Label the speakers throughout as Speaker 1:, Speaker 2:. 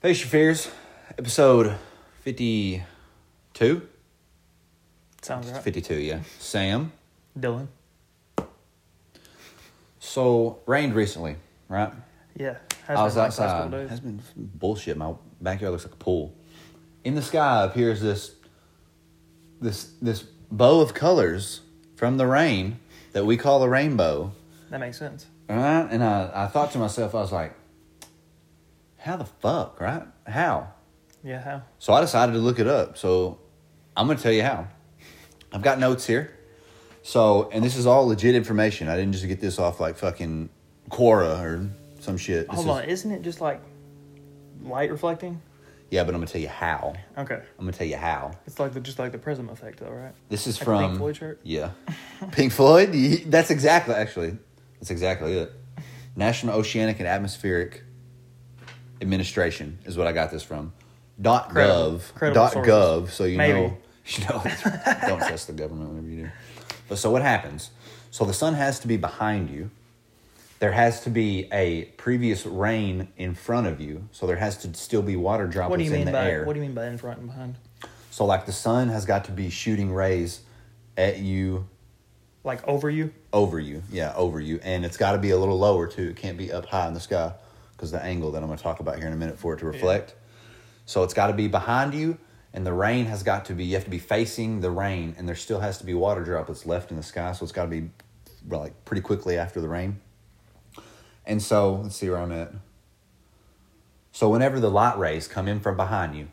Speaker 1: Face your fears, episode 52.
Speaker 2: Sounds right.
Speaker 1: 52, yeah. Sam.
Speaker 2: Dylan.
Speaker 1: So, rained recently, right?
Speaker 2: Yeah. has
Speaker 1: I was
Speaker 2: been like the last
Speaker 1: outside.
Speaker 2: couple days.
Speaker 1: That's been bullshit. My backyard looks like a pool. In the sky appears this this this bow of colors from the rain that we call the rainbow.
Speaker 2: That makes sense.
Speaker 1: Right? And I, I thought to myself, I was like, how the fuck, right? How?
Speaker 2: Yeah. How?
Speaker 1: So I decided to look it up. So I'm going to tell you how. I've got notes here. So, and this is all legit information. I didn't just get this off like fucking Quora or some shit. This
Speaker 2: Hold
Speaker 1: is-
Speaker 2: on. Isn't it just like light reflecting?
Speaker 1: Yeah, but I'm going to tell you how.
Speaker 2: Okay.
Speaker 1: I'm going to tell you how.
Speaker 2: It's like the just like the prism effect, though, right?
Speaker 1: This is
Speaker 2: Like a
Speaker 1: from
Speaker 2: Pink Floyd shirt?
Speaker 1: Yeah, Pink Floyd. Ye- That's exactly actually. That's exactly it. National Oceanic and Atmospheric Administration is what I got this from. Dot
Speaker 2: Credible-
Speaker 1: gov.
Speaker 2: credible
Speaker 1: dot
Speaker 2: sources.
Speaker 1: gov. So you
Speaker 2: Maybe.
Speaker 1: know. You know. don't trust the government whenever you do. But so what happens? So the sun has to be behind you. There has to be a previous rain in front of you, so there has to still be water droplets
Speaker 2: What do you
Speaker 1: in
Speaker 2: mean
Speaker 1: the
Speaker 2: by
Speaker 1: air.
Speaker 2: what do you mean by in front and behind?
Speaker 1: So like the sun has got to be shooting rays at you
Speaker 2: Like over you?
Speaker 1: over you. Yeah, over you. And it's got to be a little lower too. It can't be up high in the sky because the angle that I'm going to talk about here in a minute for it to reflect. So it's got to be behind you and the rain has got to be you have to be facing the rain and there still has to be water droplets left in the sky so it's got to be well, like pretty quickly after the rain. And so, let's see where I'm at. So whenever the light rays come in from behind you,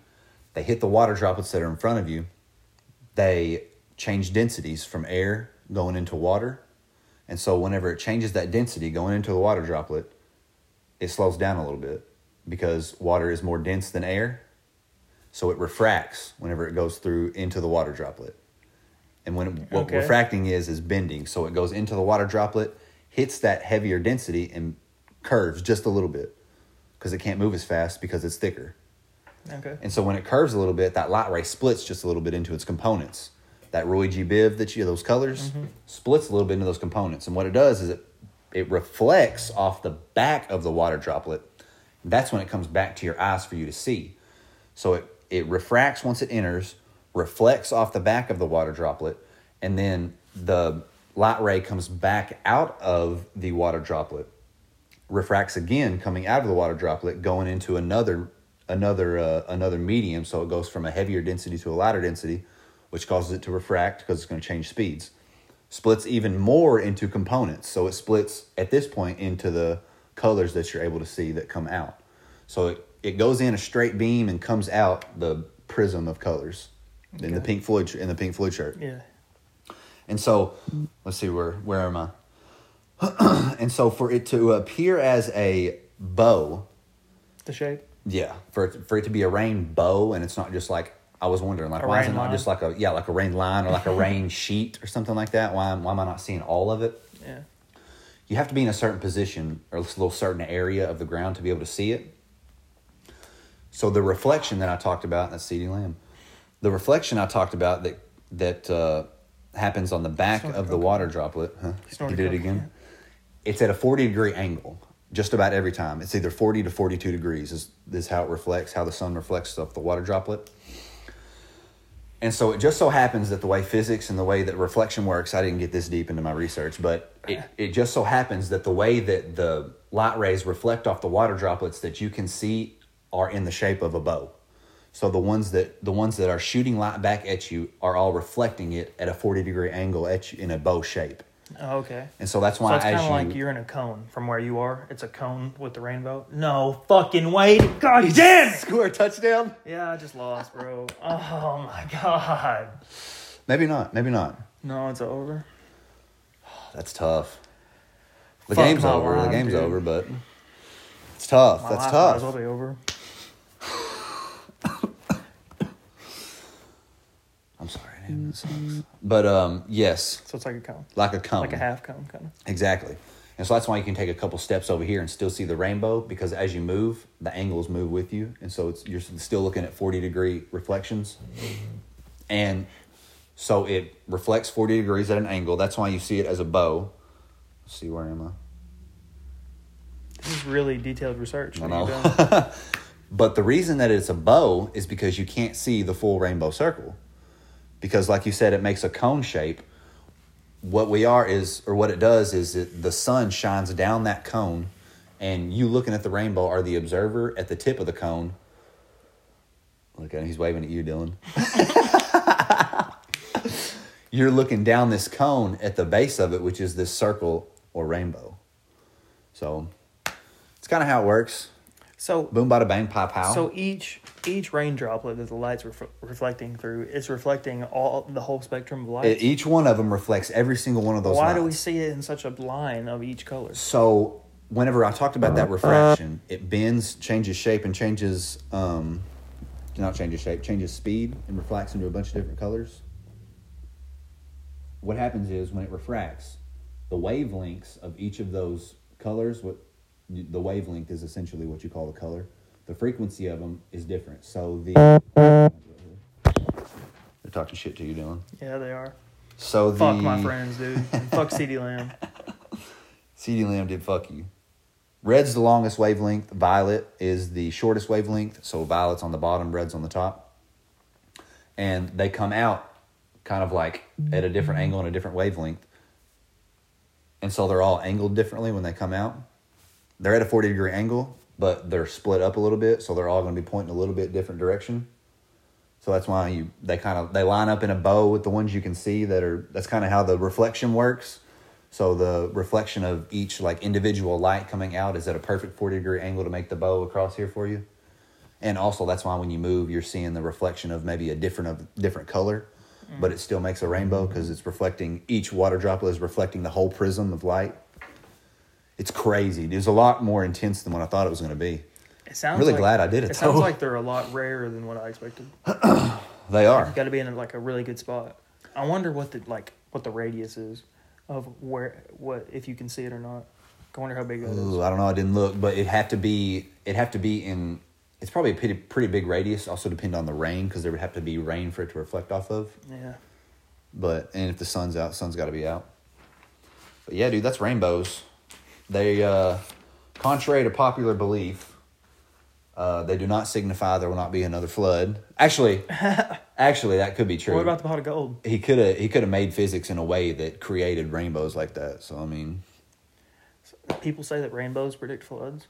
Speaker 1: they hit the water droplets that are in front of you. They change densities from air going into water. And so whenever it changes that density going into the water droplet, it slows down a little bit because water is more dense than air. So it refracts whenever it goes through into the water droplet. And when what
Speaker 2: Okay.
Speaker 1: refracting is is bending, so it goes into the water droplet, hits that heavier density and curves just a little bit because it can't move as fast because it's thicker.
Speaker 2: Okay.
Speaker 1: And so when it curves a little bit, that light ray splits just a little bit into its components. That Roy G. Biv that you those colors splits a little bit into those components. And what it does is it it reflects off the back of the water droplet. That's when it comes back to your eyes for you to see. So it, it refracts once it enters, reflects off the back of the water droplet, and then the light ray comes back out of the water droplet, refracts again, coming out of the water droplet, going into another another uh, another medium. So it goes from a heavier density to a lighter density, which causes it to refract because it's going to change speeds. Splits even more into components. So it splits at this point into the colors that you're able to see that come out. So it, it goes in a straight beam and comes out the prism of colors in the
Speaker 2: Okay.
Speaker 1: Pink Floyd in the Pink Floyd shirt.
Speaker 2: Yeah.
Speaker 1: And so, let's see where where am I? and so, for it to appear as a bow,
Speaker 2: The shape.
Speaker 1: yeah, for it, for it to be a rain bow, and it's not just like I was wondering, like
Speaker 2: A
Speaker 1: why is it
Speaker 2: rain
Speaker 1: not
Speaker 2: line.
Speaker 1: just like a yeah, like a rain line or like a rain sheet or something like that? Why am- why am I not seeing all of it?
Speaker 2: Yeah.
Speaker 1: you have to be in a certain position or a little certain area of the ground to be able to see it. So the reflection that I talked about, that's CD Lamb. The reflection I talked about that that uh, happens on the back
Speaker 2: Snorted
Speaker 1: of the
Speaker 2: Coke.
Speaker 1: water droplet. Huh? You
Speaker 2: Snorted
Speaker 1: did it
Speaker 2: Coke,
Speaker 1: again. It's at a forty degree angle. Just about every time, it's either forty to forty-two degrees. Is is how it reflects, how the sun reflects off the water droplet. And so it just so happens that the way physics and the way that reflection works, I didn't get this deep into my research, but it, it just so happens that the way that the light rays reflect off the water droplets that you can see are in the shape of a bow. So the ones that the ones that are shooting light back at you are all reflecting it at a 40 degree angle at you in a bow shape.
Speaker 2: Oh, okay.
Speaker 1: And so that's
Speaker 2: So
Speaker 1: why
Speaker 2: it's
Speaker 1: as
Speaker 2: kind of
Speaker 1: you,
Speaker 2: like you're in a cone from where you are. It's a cone with the rainbow. No fucking way! God damn it!
Speaker 1: score a touchdown?
Speaker 2: Yeah, I just lost, bro. Oh my god.
Speaker 1: Maybe not, maybe not.
Speaker 2: No, it's over.
Speaker 1: That's tough. The
Speaker 2: Fuck
Speaker 1: game's
Speaker 2: my
Speaker 1: over. the
Speaker 2: line,
Speaker 1: game's
Speaker 2: dude.
Speaker 1: over, but it's tough.
Speaker 2: My
Speaker 1: that's
Speaker 2: life
Speaker 1: tough.
Speaker 2: Might as well be over.
Speaker 1: I'm sorry, dude. That sucks. But um, yes,
Speaker 2: So it's like a cone,
Speaker 1: like a cone.
Speaker 2: like a half cone, kind of.
Speaker 1: Exactly. And so that's why you can take a couple steps over here and still see the rainbow because as you move, the angles move with you, and so it's you're still looking at 40 degree reflections. And so it reflects 40 degrees at an angle. That's why you see it as a bow. Let's see where am I?
Speaker 2: This is really detailed research.
Speaker 1: I
Speaker 2: that you've
Speaker 1: know. But the reason that it's a bow is because you can't see the full rainbow circle. Because, like you said, it makes a cone shape. What we are is, or what it does is, it, the sun shines down that cone, and you looking at the rainbow are the observer at the tip of the cone. Look at him, he's waving at you, Dylan. You're looking down this cone at the base of it, which is this circle or rainbow. So it's kind of how it works.
Speaker 2: So
Speaker 1: Boom, bada bang, pop, pow.
Speaker 2: So each each rain droplet that the light's ref- reflecting through is reflecting all the whole spectrum of
Speaker 1: It-
Speaker 2: light.
Speaker 1: E, each one of them reflects every single one of those.
Speaker 2: Why do we
Speaker 1: lines.
Speaker 2: see it in such a line of each color?
Speaker 1: So whenever I talked about that refraction, it bends, changes shape, and changes. Um, not changes shape, changes speed, and reflects into a bunch of different colors. What happens is when it refracts, the wavelengths of each of those colors. What the wavelength is essentially what you call the color. The frequency of them is different. So the they're talking shit to you, Dylan.
Speaker 2: Yeah, they are.
Speaker 1: So the
Speaker 2: Fuck my friends, dude. And fuck CD Lamb.
Speaker 1: CD Lamb did fuck you. Red's the longest wavelength. Violet is the shortest wavelength. So violet's on the bottom, red's on the top. And they come out kind of like at a different angle and a different wavelength. And so they're all angled differently when they come out. They're at a 40 degree angle, but they're split up a little bit. So they're all going to be pointing a little bit different direction. So that's why you they kind of they line up in a bow with the ones you can see that are that's kind of how the reflection works. So the reflection of each like individual light coming out is at a perfect 40 degree angle to make the bow across here for you. And also that's why when you move you're seeing the reflection of maybe a different of different color, but it still makes a rainbow cuz it's reflecting each water droplet is reflecting the whole prism of light. It's crazy. It was a lot more intense than what I thought it was going to be.
Speaker 2: It sounds
Speaker 1: Really
Speaker 2: like,
Speaker 1: glad I did it,
Speaker 2: It sounds
Speaker 1: though.
Speaker 2: like they're a lot rarer than what I expected.
Speaker 1: They are.
Speaker 2: Got to be in like a really good spot. I wonder what the like what the radius is of where what if you can see it or not. I wonder how big that is.
Speaker 1: Ooh, I don't know. I didn't look, but it had to be. It have to be in. It's probably a pretty, pretty big radius. Also depend on the rain because there would have to be rain for it to reflect off of.
Speaker 2: Yeah.
Speaker 1: But and if the sun's out, sun's got to be out. But yeah, dude, that's rainbows. They, uh, contrary to popular belief, uh, they do not signify there will not be another flood. Actually, actually, that could be true.
Speaker 2: What about the pot of gold?
Speaker 1: he could have he could have made physics in a way that created rainbows like that. So I mean,
Speaker 2: People say that rainbows predict floods.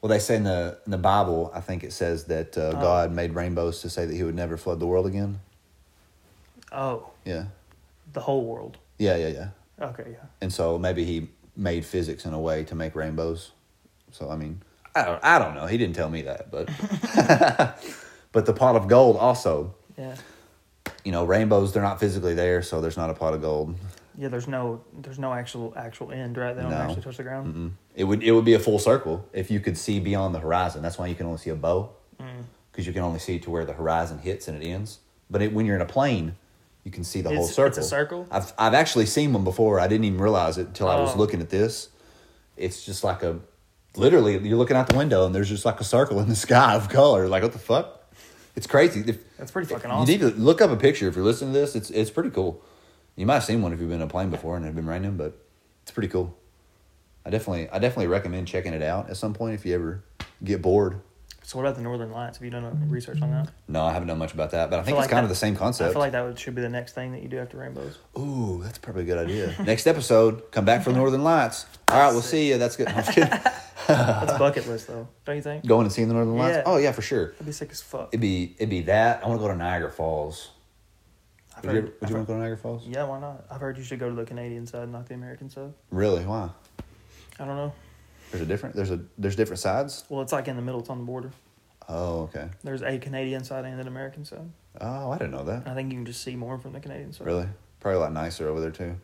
Speaker 1: Well, they say in the in the Bible, I think it says that uh, God made rainbows to say that He would never flood the world again.
Speaker 2: Oh,
Speaker 1: Yeah,
Speaker 2: the whole world.
Speaker 1: yeah, yeah, yeah.
Speaker 2: Okay, yeah.
Speaker 1: And so maybe He made physics in a way to make rainbows. So I mean, I don't, I don't know. He didn't tell me that, but but the pot of gold also,
Speaker 2: Yeah.
Speaker 1: you know, rainbows they're not physically there, so there's not a pot of gold.
Speaker 2: Yeah, there's no there's no actual actual end, right? They don't
Speaker 1: No.
Speaker 2: actually touch the ground.
Speaker 1: It would it would be a full circle if you could see beyond the horizon. That's why you can only see a bow
Speaker 2: Mm.
Speaker 1: because you can only see to where the horizon hits and it ends. But it, when you're in a plane, you can see the whole
Speaker 2: It's- it's
Speaker 1: circle.
Speaker 2: a circle?
Speaker 1: I've I've actually seen one before. I didn't even realize it until I was
Speaker 2: Oh.
Speaker 1: looking at this. It's just like a literally you're looking out the window and there's just like a circle in the sky of color. Like what the fuck? It's crazy. If-
Speaker 2: That's pretty fucking
Speaker 1: You need to look up a picture if you're listening to this. It's it's pretty cool. You might have seen one if you've been in a plane before and it had been raining, but it's pretty cool. I definitely I definitely recommend checking it out at some point if you ever get bored.
Speaker 2: So what about the Northern Lights? Have you done any research on that?
Speaker 1: No, I haven't done much about that, but I, think it's
Speaker 2: feel like
Speaker 1: kind of
Speaker 2: that-
Speaker 1: the same
Speaker 2: I
Speaker 1: concept.
Speaker 2: feel like that would, should be the next thing that you do after rainbows.
Speaker 1: Ooh, that's probably a good idea. Next episode, come back for Northern Lights. All right, we'll see you. That's good. I'm just kidding.
Speaker 2: That's bucket list though, don't you think?
Speaker 1: Going and seeing the Northern Lights.
Speaker 2: Yeah.
Speaker 1: Oh yeah, for sure.
Speaker 2: That'd be sick as fuck.
Speaker 1: It'd be it'd be that. I want to go to Niagara Falls.
Speaker 2: I've
Speaker 1: Would you, ever,
Speaker 2: heard,
Speaker 1: would you want to go to Niagara Falls?
Speaker 2: yeah, why not? I've heard you should go to the Canadian side, not the American side.
Speaker 1: Really? Why?
Speaker 2: I don't know.
Speaker 1: There's a different. There's a there's different sides.
Speaker 2: Well, it's like in the middle. It's on the border.
Speaker 1: Oh okay.
Speaker 2: There's a Canadian side and an American side.
Speaker 1: Oh, I didn't know that.
Speaker 2: I think you can just see more from the Canadian side.
Speaker 1: Really? Probably a lot nicer over there too.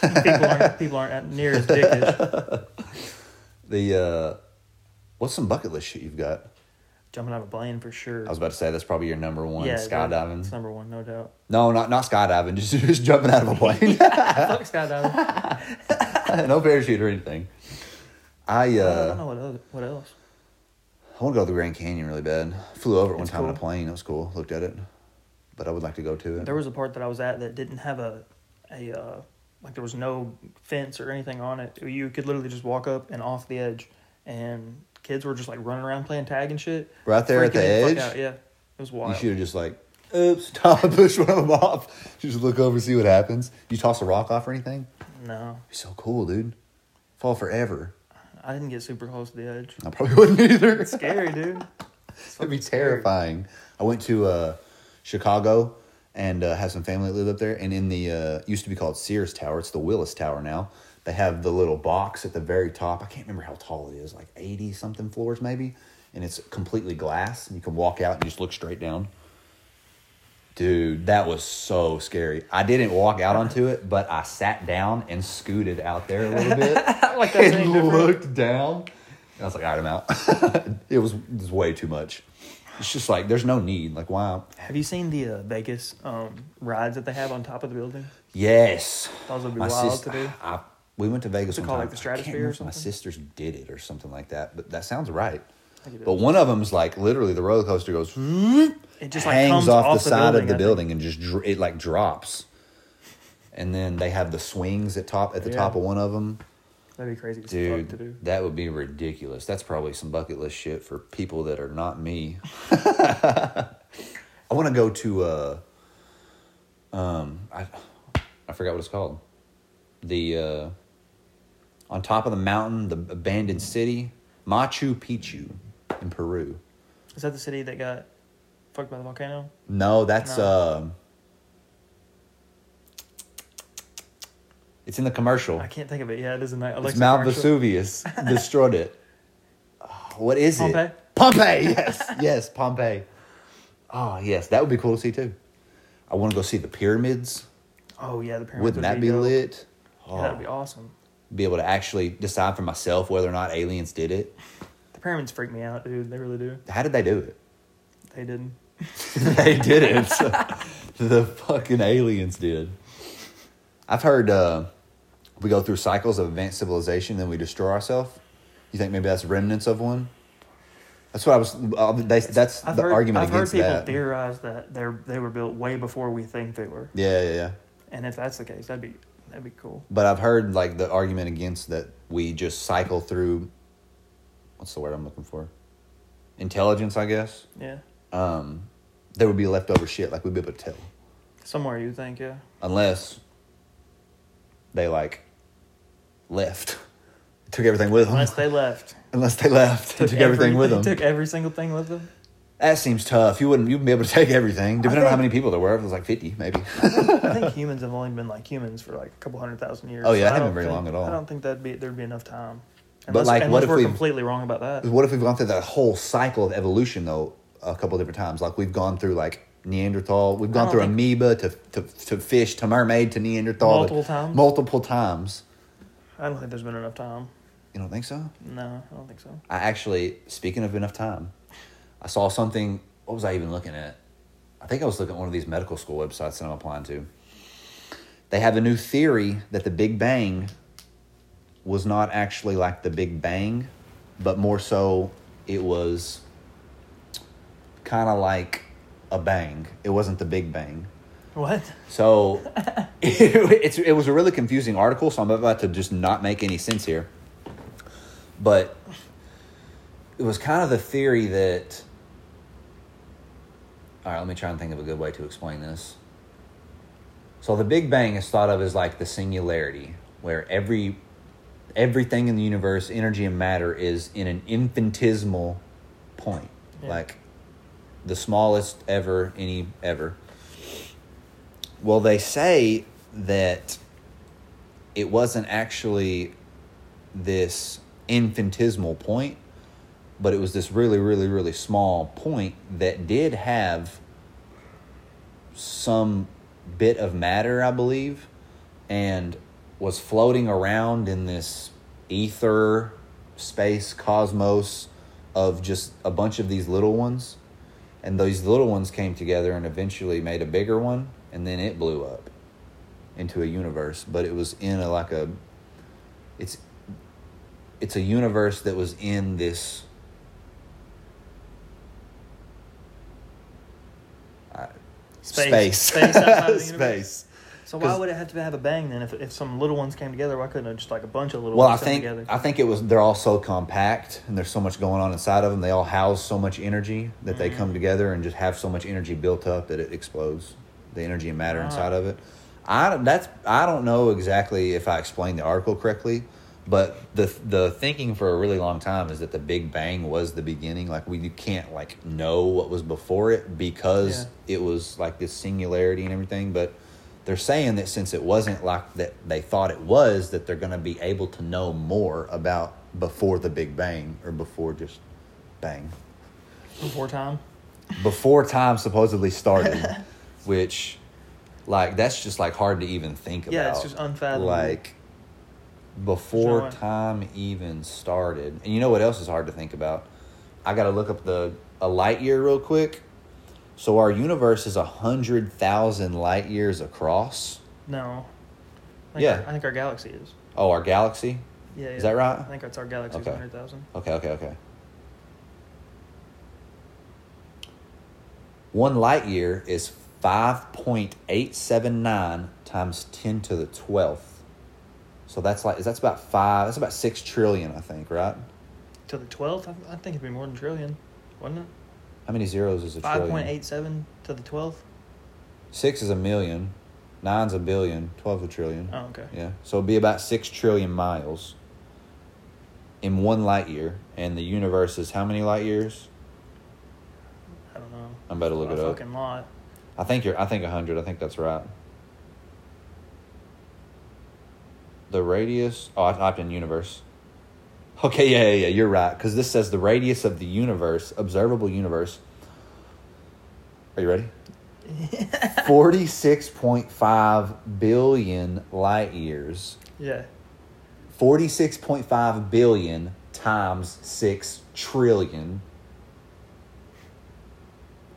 Speaker 2: people aren't people aren't near as dickish.
Speaker 1: The uh what's some bucket list shit you've got?
Speaker 2: Jumping out of a plane for sure.
Speaker 1: I was about to say that's probably your number one
Speaker 2: that- It's
Speaker 1: skydiving.
Speaker 2: number one, no doubt.
Speaker 1: No, not not skydiving, just just jumping out of a plane.
Speaker 2: Fuck skydiving.
Speaker 1: no parachute or anything. I
Speaker 2: I don't
Speaker 1: uh
Speaker 2: know what else. What else?
Speaker 1: I want to go to the Grand Canyon really bad. Flew over it one
Speaker 2: It's
Speaker 1: time in a
Speaker 2: cool.
Speaker 1: plane. It was cool. Looked at it. But I would like to go to it.
Speaker 2: There was a part that I was at that didn't have a a uh, like there was no fence or anything on it. You could literally just walk up and off the edge and kids were just like running around playing tag and shit.
Speaker 1: Right there at
Speaker 2: Freaking
Speaker 1: the
Speaker 2: me the
Speaker 1: edge?
Speaker 2: fuck out, Yeah, it was
Speaker 1: You
Speaker 2: wild.
Speaker 1: should have just like, oops, Tom, push one of them off. You just look over, see what happens. You toss a rock off or anything.
Speaker 2: No,
Speaker 1: You're so cool, dude. Fall forever.
Speaker 2: I didn't get super close to the edge.
Speaker 1: I probably wouldn't either.
Speaker 2: It's scary, dude. It's
Speaker 1: It'd be
Speaker 2: fucking scary.
Speaker 1: terrifying. I went to uh, Chicago and uh, have some family that lived up there. And in the uh, used to be called Sears Tower, it's the Willis Tower now. They have the little box at the very top. I can't remember how tall it is, like eighty something floors maybe. And it's completely glass, and you can walk out and just look straight down. Dude, that was so scary. I didn't walk out onto it, but I sat down and scooted out there a little bit
Speaker 2: like that's any
Speaker 1: and
Speaker 2: different.
Speaker 1: looked down. And I was like, all right, I'm out. it, was, it was way too much. It's just like, there's no need. Like, wow.
Speaker 2: Have you seen the uh, Vegas um, rides that they have on top of the building?
Speaker 1: Yes.
Speaker 2: Those would be wild to do.
Speaker 1: I, we went to Vegas
Speaker 2: To
Speaker 1: one
Speaker 2: call,
Speaker 1: time.
Speaker 2: like, the
Speaker 1: I can't
Speaker 2: stratosphere or
Speaker 1: remember if My
Speaker 2: something?
Speaker 1: sisters did it or something like that, but that sounds right.
Speaker 2: think it
Speaker 1: But
Speaker 2: is.
Speaker 1: one of them's like literally the roller coaster goes,
Speaker 2: It just like
Speaker 1: hangs
Speaker 2: comes
Speaker 1: off,
Speaker 2: off
Speaker 1: the, side
Speaker 2: building,
Speaker 1: of
Speaker 2: I
Speaker 1: the building and just dr- it like drops. And then they have the swings at top at the
Speaker 2: Yeah.
Speaker 1: top of one of them.
Speaker 2: think. That'd be crazy as
Speaker 1: Dude,
Speaker 2: fuck to do.
Speaker 1: that would be ridiculous. That's probably some bucket list shit for people that are not me. I want to go to uh um I I forgot what it's called. The uh on top of the mountain, the abandoned city, Machu Picchu in Peru.
Speaker 2: Is that the city that got fucked by the volcano?
Speaker 1: No, that's
Speaker 2: No.
Speaker 1: um It's in the commercial.
Speaker 2: I can't think of it. Yeah, it is in that. Alexa
Speaker 1: It's Mount
Speaker 2: commercial.
Speaker 1: Vesuvius destroyed it. Oh, What is
Speaker 2: Pompeii?
Speaker 1: it? Pompeii. Yes, yes, Pompeii. Oh yes, that would be cool to see too. I want to go see the pyramids.
Speaker 2: Oh yeah, the pyramids.
Speaker 1: Wouldn't
Speaker 2: would
Speaker 1: that be,
Speaker 2: dope.
Speaker 1: lit? Ah, Oh.
Speaker 2: Yeah, that'd be awesome.
Speaker 1: Be able to actually decide for myself whether or not aliens did it.
Speaker 2: The pyramids freak me out, dude. They really do.
Speaker 1: How did they do it?
Speaker 2: They didn't.
Speaker 1: they did it. the fucking aliens did. I've heard uh, we go through cycles of advanced civilization, then we destroy ourselves. You think maybe that's remnants of one? That's what I was. Uh, they, that's
Speaker 2: I've
Speaker 1: the
Speaker 2: heard,
Speaker 1: argument
Speaker 2: I've heard
Speaker 1: against
Speaker 2: people
Speaker 1: that.
Speaker 2: theorize that they they were built way before we think they were,
Speaker 1: Yeah, yeah, yeah.
Speaker 2: and if that's the case, that'd be that'd be cool.
Speaker 1: But I've heard like the argument against that we just cycle through. What's the word I'm looking for? Intelligence, I guess.
Speaker 2: Yeah,
Speaker 1: Um, there would be leftover shit, like we'd be able to tell,
Speaker 2: somewhere you think, yeah.
Speaker 1: unless they like left, took everything with them.
Speaker 2: Unless they left,
Speaker 1: Unless they left, and took, everything with them.
Speaker 2: Took every single thing with them.
Speaker 1: that seems tough. You wouldn't, you wouldn't be able to take everything, depending on how
Speaker 2: think-
Speaker 1: many people there were. If it was like fifty, maybe.
Speaker 2: I think humans have only been like humans for like a couple hundred thousand years.
Speaker 1: Oh, yeah,
Speaker 2: so
Speaker 1: that
Speaker 2: I
Speaker 1: haven't
Speaker 2: don't
Speaker 1: been very
Speaker 2: think-
Speaker 1: long at all.
Speaker 2: I don't think that'd be there'd be enough time.
Speaker 1: But,
Speaker 2: Unless,
Speaker 1: like, what
Speaker 2: unless
Speaker 1: if
Speaker 2: we're
Speaker 1: we-
Speaker 2: completely wrong about that?
Speaker 1: What if we've gone through that whole cycle of evolution though a couple different times? Like we've gone through like Neanderthal, we've gone
Speaker 2: don't
Speaker 1: through
Speaker 2: think-
Speaker 1: amoeba to, to to fish to mermaid to Neanderthal
Speaker 2: Multiple times?
Speaker 1: Multiple times.
Speaker 2: I don't think there's been enough time.
Speaker 1: You don't think so?
Speaker 2: No, I don't think so.
Speaker 1: I actually, speaking of enough time, I saw something. What was I even looking at? I think I was looking at one of these medical school websites that I'm applying to. They have a new theory that the Big Bang was not actually like the Big Bang, but more so it was kind of like a bang. It wasn't the Big Bang.
Speaker 2: What?
Speaker 1: So it's, it was a really confusing article, so I'm about to just not make any sense here. But it was kind of the theory that. All right, let me try and think of a good way to explain this. So the Big Bang is thought of as like the singularity, where every everything in the universe, energy and matter, is in an infinitesimal point,
Speaker 2: Yeah.
Speaker 1: like the smallest ever, any ever. Well, they say that it wasn't actually this infinitesimal point, but it was this really, really, really small point that did have some bit of matter, I believe, and was floating around in this ether space cosmos of just a bunch of these little ones. And those little ones came together and eventually made a bigger one, and then it blew up into a universe. But it was in a like a it's it's a universe that was in this space
Speaker 2: Space. Space outside of the universe?
Speaker 1: space
Speaker 2: So why
Speaker 1: 'Cause-
Speaker 2: would it have to have a bang then? If, if some little ones came together, why couldn't it just like a bunch of little
Speaker 1: Well, I
Speaker 2: ones come
Speaker 1: think
Speaker 2: together?
Speaker 1: I think it was they're all so compact and there's so much going on inside of them. They all house so much energy that
Speaker 2: Mm.
Speaker 1: they come together and just have so much energy built up that it explodes the energy and matter
Speaker 2: Ah.
Speaker 1: inside of it. I don't- that's I don't know exactly if I explained the article correctly, but the the thinking for a really long time is that the Big Bang was the beginning. Like we you can't like know what was before it because it was like this singularity and everything, but they're saying that since it wasn't like that they thought it was that they're going to be able to know more about before the big bang or before just bang
Speaker 2: Before time.
Speaker 1: before time supposedly started which like that's just like hard to even think about
Speaker 2: Yeah, it's just unfathomable.
Speaker 1: like before
Speaker 2: way.
Speaker 1: time even started and you know what else is hard to think about i gotta look up the a light year real quick so our universe is a hundred thousand light years across
Speaker 2: No. I think
Speaker 1: Yeah.
Speaker 2: Our, I think our galaxy is.
Speaker 1: Oh, our galaxy?
Speaker 2: Yeah,
Speaker 1: Is
Speaker 2: yeah.
Speaker 1: that right?
Speaker 2: I think that's our galaxy's
Speaker 1: Okay.
Speaker 2: hundred thousand.
Speaker 1: Okay, okay, okay. One light year is 5.879 times 10 to the 12th. So that's like, that's about five, that's about six trillion, I think, right?
Speaker 2: To the twelfth, I, I think it'd be more than trillion, wouldn't it?
Speaker 1: How many zeros is a
Speaker 2: Five
Speaker 1: trillion?
Speaker 2: point eight seven to the twelfth.
Speaker 1: Six is a million, nine's a billion, 12 a trillion.
Speaker 2: Oh, okay.
Speaker 1: Yeah. So it'd be about six trillion miles in one light year. And the universe is how many light years?
Speaker 2: I don't know.
Speaker 1: I'm about to look
Speaker 2: a
Speaker 1: it up.
Speaker 2: fucking lot.
Speaker 1: I think you're. I think hundred. I think that's right. The radius. Oh, I typed in universe. Okay, yeah, yeah, yeah. You're right because this says the radius of the universe, observable universe. Are you ready? Forty-six point five billion light years.
Speaker 2: Yeah.
Speaker 1: Forty-six point five billion times six trillion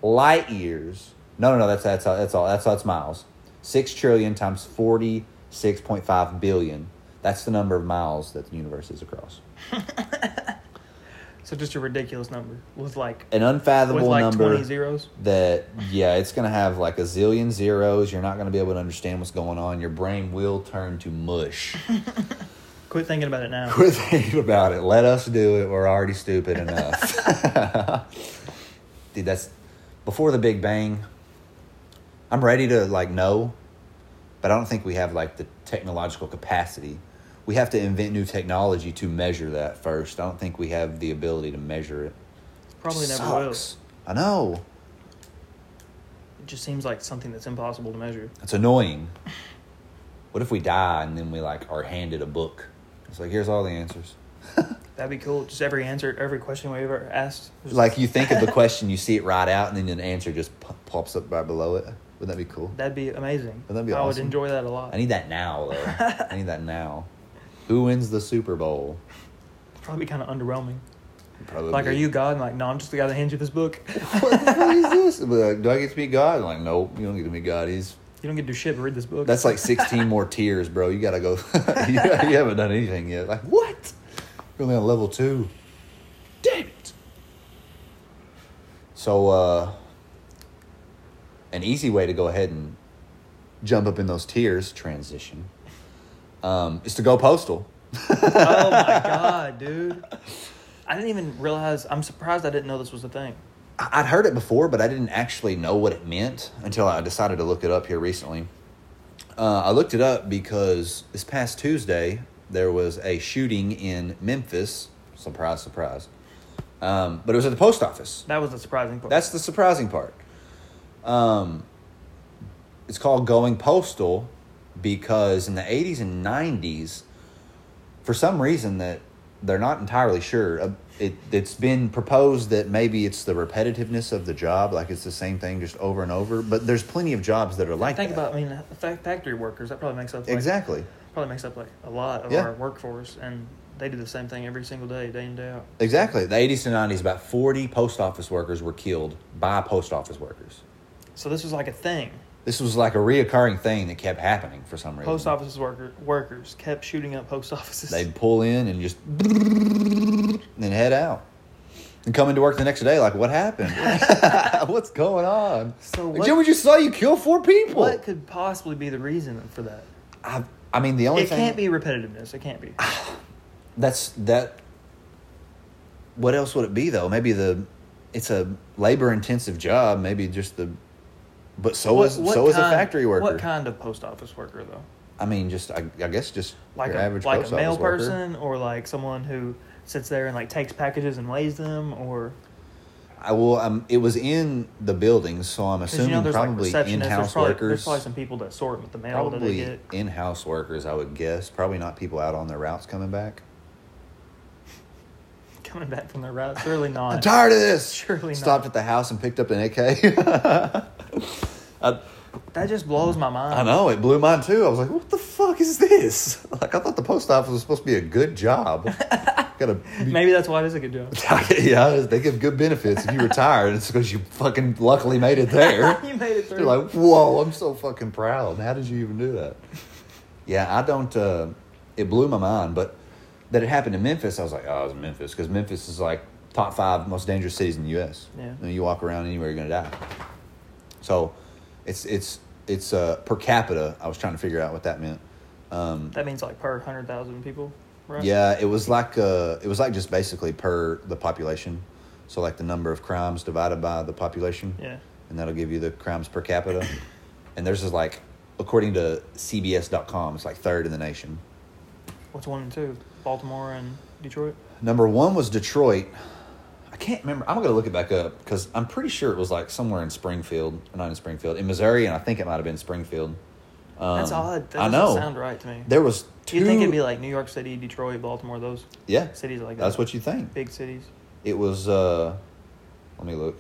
Speaker 1: light years. No, no, no. That's that's that's all. That's that's miles. Six trillion times forty-six point five billion. That's the number of miles that the universe is across.
Speaker 2: So just a ridiculous number with like
Speaker 1: An
Speaker 2: with
Speaker 1: unfathomable
Speaker 2: like
Speaker 1: number.
Speaker 2: twenty zeros.
Speaker 1: that yeah it's going to have like a zillion zeros you're not going to be able to understand what's going on your brain will turn to mush
Speaker 2: Quit thinking about it now.
Speaker 1: quit thinking about it let us do it we're already stupid enough dude that's before the big bang i'm ready to like know but i don't think we have like the technological capacity we have to invent new technology to measure that first i don't think we have the ability to measure it
Speaker 2: Probably never
Speaker 1: Sucks. i know
Speaker 2: will. It just seems like something that's impossible to measure.
Speaker 1: It's annoying. What if we die and then we like are handed a book? It's like here's all the answers.
Speaker 2: That'd be cool. Just every answer, every question we ever asked. Just-
Speaker 1: Like you think of the question, you see it right out, and then an answer just p- pops up right below it. Wouldn't that be cool?
Speaker 2: That'd be amazing.
Speaker 1: That'd be
Speaker 2: I would
Speaker 1: awesome.
Speaker 2: enjoy that a lot.
Speaker 1: I need that now though. I need that now. Who wins the Super Bowl?
Speaker 2: Probably kind of underwhelming.
Speaker 1: Probably.
Speaker 2: Like, are you God? And like, no, I'm just the guy that hands you this book. you
Speaker 1: what the fuck is this? I'd be like, do I get to meet God? I'm like, nope, you don't get to meet God. He's
Speaker 2: don't get to do shit but read this book.
Speaker 1: that's like 16 more tiers, bro. You gotta go. you, you haven't done anything yet. Like what? You're only on level two. Damn it. So, uh, an easy way to go ahead and jump up in those tiers transition um, is to go postal.
Speaker 2: oh my god, dude! I didn't even realize. I'm surprised I didn't know this was a thing.
Speaker 1: I- I'd heard it before, but I didn't actually know what it meant until I decided to look it up here recently. Uh, I looked it up because this past Tuesday there was a shooting in Memphis. Surprise, surprise. Um, but it was at the post office.
Speaker 2: That was the surprising part.
Speaker 1: That's the surprising part. Um, it's called going postal because in the 80s and 90s, for some reason that they're not entirely sure, uh, it, it's been proposed that maybe it's the repetitiveness of the job, like it's the same thing just over and over. But there's plenty of jobs that are like
Speaker 2: think
Speaker 1: that.
Speaker 2: about. I mean, fa- factory workers. That probably makes up like,
Speaker 1: exactly,
Speaker 2: Probably makes up like a lot of
Speaker 1: Yeah.
Speaker 2: our workforce, and they do the same thing every single day, day in day out.
Speaker 1: exactly. The 80s and 90s, about 40 post office workers were killed by post office workers.
Speaker 2: So this was like a thing.
Speaker 1: This was like a reoccurring thing that kept happening for some reason.
Speaker 2: Post offices worker workers kept shooting up post offices.
Speaker 1: They'd pull in and just and then head out. And coming to work the next day, like, what happened? What's going on?
Speaker 2: So
Speaker 1: Like,
Speaker 2: what-
Speaker 1: Jim, we just saw you kill four people.
Speaker 2: What could possibly be the reason for that?
Speaker 1: I, I mean, the only
Speaker 2: It
Speaker 1: thing
Speaker 2: can't be repetitiveness. It can't be.
Speaker 1: that's that. What else would it be though? Maybe the it's a labor intensive job. Maybe just the, but so is so is a
Speaker 2: kind-
Speaker 1: factory worker.
Speaker 2: What kind of post office worker though?
Speaker 1: I mean, just I, I guess just
Speaker 2: Like
Speaker 1: your
Speaker 2: a,
Speaker 1: average
Speaker 2: like
Speaker 1: post
Speaker 2: a mail
Speaker 1: office worker.
Speaker 2: person or like someone who sits there and like takes packages and weighs them or
Speaker 1: I will. Um, it was in the building, so I'm
Speaker 2: 'cause, you
Speaker 1: assuming
Speaker 2: know there's
Speaker 1: probably
Speaker 2: like receptionists. There's
Speaker 1: in-house
Speaker 2: probably,
Speaker 1: workers.
Speaker 2: There's probably some people that sort with the mail that they
Speaker 1: Probably
Speaker 2: get.
Speaker 1: in-house workers, I would guess. Probably not people out on their routes coming back.
Speaker 2: coming back from their route. Surely not.
Speaker 1: I'm tired of this.
Speaker 2: Surely
Speaker 1: Stopped
Speaker 2: not.
Speaker 1: at the house and picked up an AK. I,
Speaker 2: that just blows my mind.
Speaker 1: I know it blew mine too. I was like, "What the fuck is this?" Like I thought the post office was supposed to be a good job. Gotta
Speaker 2: Maybe that's why it is a good job.
Speaker 1: yeah, they give good benefits if you retire, and it's because you fucking luckily made it there.
Speaker 2: you made it
Speaker 1: You're
Speaker 2: through.
Speaker 1: like, whoa, I'm so fucking proud. How did you even do that? Yeah, I don't. Uh, it blew my mind, but that it happened in Memphis, I was like, oh, it was in Memphis because Memphis is like top five most dangerous cities in the U.S.
Speaker 2: Yeah.
Speaker 1: And you walk around anywhere, you're gonna die. So, it's it's it's uh, per capita. I was trying to figure out what that meant. Um,
Speaker 2: that means like per hundred thousand people, right?
Speaker 1: yeah, it was like uh, it was like just basically per the population. So like the number of crimes divided by the population
Speaker 2: Yeah.
Speaker 1: and that'll give you the crimes per capita. And theirs is like, according to CBS.com, it's like third in the nation.
Speaker 2: What's one and two? Baltimore and Detroit.
Speaker 1: Number one was Detroit. I can't remember. I'm gonna look it back up because I'm pretty sure it was like somewhere in Springfield, not in Springfield, in Missouri, and I think it might have been Springfield. Um,
Speaker 2: That's odd. That
Speaker 1: I
Speaker 2: doesn't
Speaker 1: know.
Speaker 2: sound right to me.
Speaker 1: There was
Speaker 2: Do
Speaker 1: two.
Speaker 2: you think it'd be like New York City, Detroit, Baltimore, those
Speaker 1: yeah?
Speaker 2: cities like that?
Speaker 1: That's what you think.
Speaker 2: big cities.
Speaker 1: It was. uh Let me look.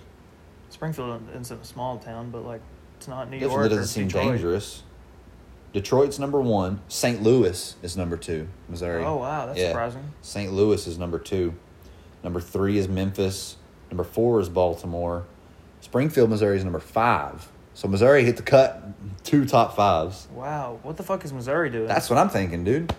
Speaker 2: Springfield is a small town, but like it's not New
Speaker 1: Definitely
Speaker 2: York.
Speaker 1: doesn't
Speaker 2: or
Speaker 1: seem
Speaker 2: Detroit.
Speaker 1: dangerous. Detroit's number one. St. Louis is number two. Missouri.
Speaker 2: Oh wow, that's
Speaker 1: Yeah.
Speaker 2: surprising.
Speaker 1: St. Louis is number two. Number three is Memphis. Number four is Baltimore. Springfield, Missouri is number five. So Missouri hit the cut two top fives.
Speaker 2: Wow, what the fuck is Missouri doing?
Speaker 1: That's what I'm thinking, dude.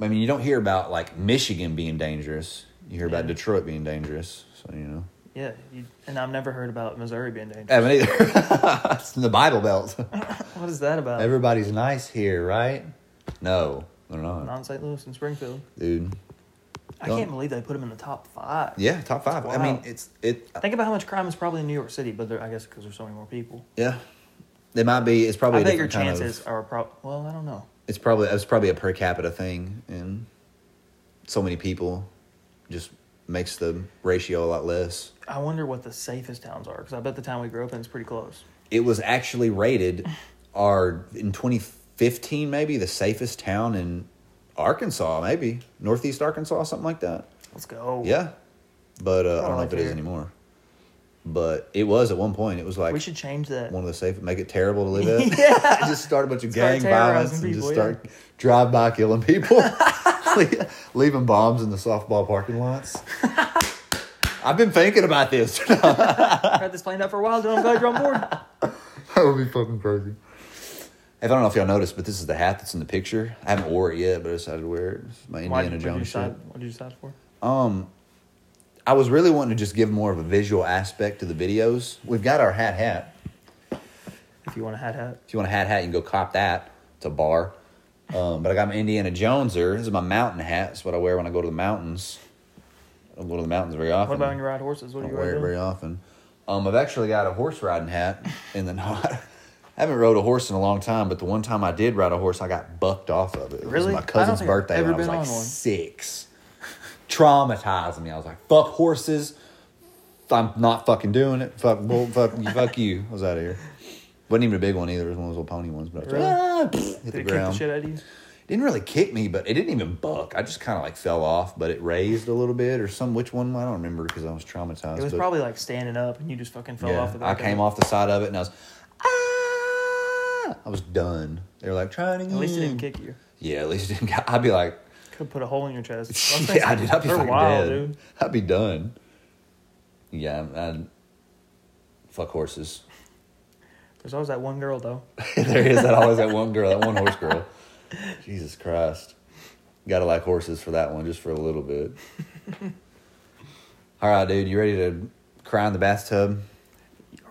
Speaker 1: I mean, you don't hear about like Michigan being dangerous. You hear about
Speaker 2: Yeah.
Speaker 1: Detroit being dangerous. So you know,
Speaker 2: yeah, you, and I've never heard about Missouri being dangerous.
Speaker 1: I haven't either. it's in the Bible Belt.
Speaker 2: What is that about?
Speaker 1: Everybody's nice here, right? No, they're not,
Speaker 2: Non-St. Louis and Springfield.
Speaker 1: dude.
Speaker 2: I
Speaker 1: Don't-
Speaker 2: can't believe they put him in the top five.
Speaker 1: Yeah, top five. I
Speaker 2: Wow.
Speaker 1: mean, it's it.
Speaker 2: Think about how much crime is probably in New York City, but there, I guess because there's so many more people.
Speaker 1: Yeah, it might be. It's probably.
Speaker 2: I
Speaker 1: a
Speaker 2: bet your
Speaker 1: different kind of-
Speaker 2: chances are probably. Well, I don't know.
Speaker 1: it's probably it's probably a per capita thing, and so many people just makes the ratio a lot less.
Speaker 2: I wonder what the safest towns are because I bet the town we grew up in is pretty close.
Speaker 1: It was actually rated, our in 2015 maybe the safest town in Arkansas, maybe northeast Arkansas, something like that.
Speaker 2: Let's go.
Speaker 1: Yeah, but uh, I
Speaker 2: Oh,
Speaker 1: don't know
Speaker 2: I
Speaker 1: if it is
Speaker 2: hear.
Speaker 1: anymore. But it was at one point. It was like
Speaker 2: We should change that.
Speaker 1: one of the safe, make it terrible to live in.
Speaker 2: Yeah.
Speaker 1: just start a bunch of gang
Speaker 2: Start
Speaker 1: violence
Speaker 2: terrorizing
Speaker 1: and just
Speaker 2: people, yeah.
Speaker 1: start drive by killing people, Le- leaving bombs in the softball parking lots. I've been thinking about this. that
Speaker 2: I've had this planned out for a while, dude. I'm glad you're on board.
Speaker 1: would be fucking crazy. If I don't know if y'all noticed, but this is the hat that's in the picture. I haven't wore it yet, but I decided to wear it. It's my
Speaker 2: Why
Speaker 1: Indiana
Speaker 2: did- what did you
Speaker 1: Jones
Speaker 2: decide-
Speaker 1: shirt.
Speaker 2: What did you decide for?
Speaker 1: Um, I was really wanting to just give more of a visual aspect to the videos. We've got our hat hat.
Speaker 2: If you want a hat hat.
Speaker 1: If you want a hat hat, you can go cop that. It's a bar. Um, but I got my Indiana Joneser. This is my mountain hat. It's what I wear when I go to the mountains. I don't go to the mountains very often.
Speaker 2: What about when you ride horses? What
Speaker 1: I don't
Speaker 2: do you
Speaker 1: wear
Speaker 2: wear?
Speaker 1: it very
Speaker 2: doing?
Speaker 1: often. Um, I've actually got a horse riding hat, and then I haven't rode a horse in a long time. But the one time I did ride a horse, I got bucked off of it. It was
Speaker 2: Really? I
Speaker 1: my
Speaker 2: don't
Speaker 1: cousin's
Speaker 2: think I've
Speaker 1: birthday
Speaker 2: ever
Speaker 1: when I was
Speaker 2: been
Speaker 1: like
Speaker 2: on one.
Speaker 1: six. Traumatized me. I was like, "Fuck horses! I'm not fucking doing it. Fuck, bull, fuck you, fuck you." I was out of here. wasn't even a big one either. It was one of those little pony ones, but I was like,
Speaker 2: Really?
Speaker 1: "Ah," hit the
Speaker 2: Did it kick the
Speaker 1: ground
Speaker 2: shit out of you?
Speaker 1: didn't really kick me, but it didn't even buck. I just kind of like fell off, but it raised a little bit or some. Which one? I don't remember because I was traumatized.
Speaker 2: It was
Speaker 1: but,
Speaker 2: probably like standing up and you just fucking fell
Speaker 1: yeah,
Speaker 2: off.
Speaker 1: I came off the side of it and I was, ah! I was done. They were like trying again.
Speaker 2: At least it didn't kick you.
Speaker 1: Yeah, at least it didn't. I'd be like,
Speaker 2: Could put a hole in your chest.
Speaker 1: yeah, I did. I'd be
Speaker 2: For a
Speaker 1: fucking
Speaker 2: while,
Speaker 1: dead.
Speaker 2: dude.
Speaker 1: I'd be done. Yeah, I, I fuck horses.
Speaker 2: There's always that one girl though.
Speaker 1: there is that always that one girl, that one horse girl. Jesus Christ. Gotta like horses for that one, just for a little bit. All right, dude, you ready to cry in the bathtub?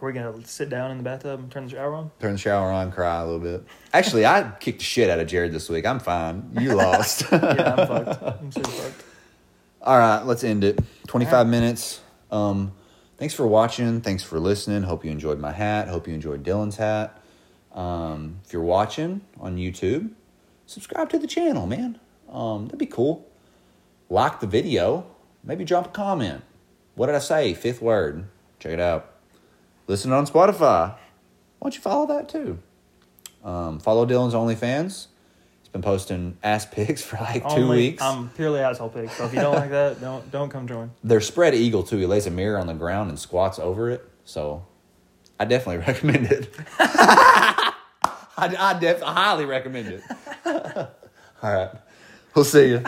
Speaker 2: Are we gonna sit down in the bathtub and turn the shower on?
Speaker 1: Turn the shower on, cry a little bit. Actually, I kicked the shit out of Jared this week. I'm fine. You lost.
Speaker 2: Yeah, I'm fucked. I'm so fucked.
Speaker 1: All right, let's end it. 25
Speaker 2: All right.
Speaker 1: minutes. Um, thanks for watching. Thanks for listening. Hope you enjoyed my hat. Hope you enjoyed Dylan's hat. Um, if you're watching on YouTube, subscribe to the channel, man. Um, that'd be cool. Like the video. Maybe drop a comment. What did I say? Fifth word. Check it out. Listen on Spotify. Why don't you follow that too? Um, follow Dylan's OnlyFans. He's been posting ass pics for like two
Speaker 2: Only-
Speaker 1: weeks.
Speaker 2: I'm purely asshole pig. So if you don't like that, don't don't come join.
Speaker 1: They're spread eagle too. He lays a mirror on the ground and squats over it. So I definitely recommend it. I, I, def- I highly recommend it. All right. We'll see you.